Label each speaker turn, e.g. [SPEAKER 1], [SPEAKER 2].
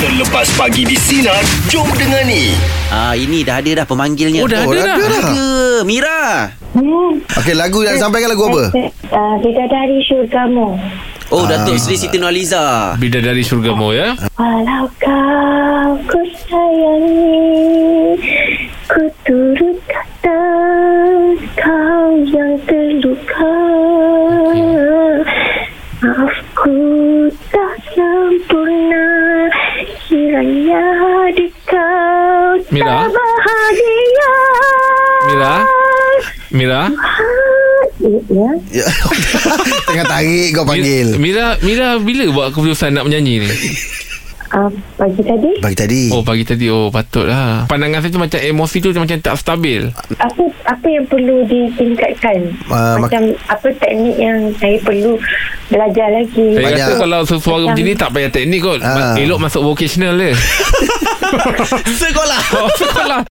[SPEAKER 1] Terlepas pagi di Sinar Jom dengar ni
[SPEAKER 2] Ah ini dah ada dah pemanggilnya.
[SPEAKER 3] Oh, dah
[SPEAKER 4] Oh,
[SPEAKER 3] ada dah.
[SPEAKER 4] dah ada dah.
[SPEAKER 2] Ada Mira.
[SPEAKER 5] Hmm.
[SPEAKER 4] Okey, lagu yang sampaikan lagu apa?
[SPEAKER 5] Uh, bidadari syurgamu.
[SPEAKER 2] Oh Datuk
[SPEAKER 4] Ah.
[SPEAKER 2] Seri Siti Nurhaliza.
[SPEAKER 3] Bidadari syurgamu ya.
[SPEAKER 5] Walau kau ku sayangi, ku turut kata kau yang terluka. Maafku tak sempurna, kiranya di kau
[SPEAKER 3] Mira?
[SPEAKER 5] tak bahagia.
[SPEAKER 3] Mira? Mira.
[SPEAKER 5] Ah, Ya,
[SPEAKER 4] Ya. Tengah tarik kau panggil.
[SPEAKER 3] Mira, Mira bila buat keputusan nak menyanyi ni?
[SPEAKER 5] uh, pagi tadi
[SPEAKER 4] Pagi tadi.
[SPEAKER 3] Oh pagi tadi oh patutlah. Pandangan saya tu macam emosi tu macam tak stabil.
[SPEAKER 5] apa apa yang perlu ditingkatkan
[SPEAKER 4] Ah, mak-
[SPEAKER 5] macam apa teknik yang saya perlu belajar lagi
[SPEAKER 3] Saya
[SPEAKER 4] Banyak.
[SPEAKER 3] rasa kalau sesuara
[SPEAKER 5] Macam-
[SPEAKER 3] macam ni tak payah teknik kot.
[SPEAKER 4] Ah.
[SPEAKER 3] Elok masuk vocational je.
[SPEAKER 2] Sekolah.
[SPEAKER 3] Oh, sekolah.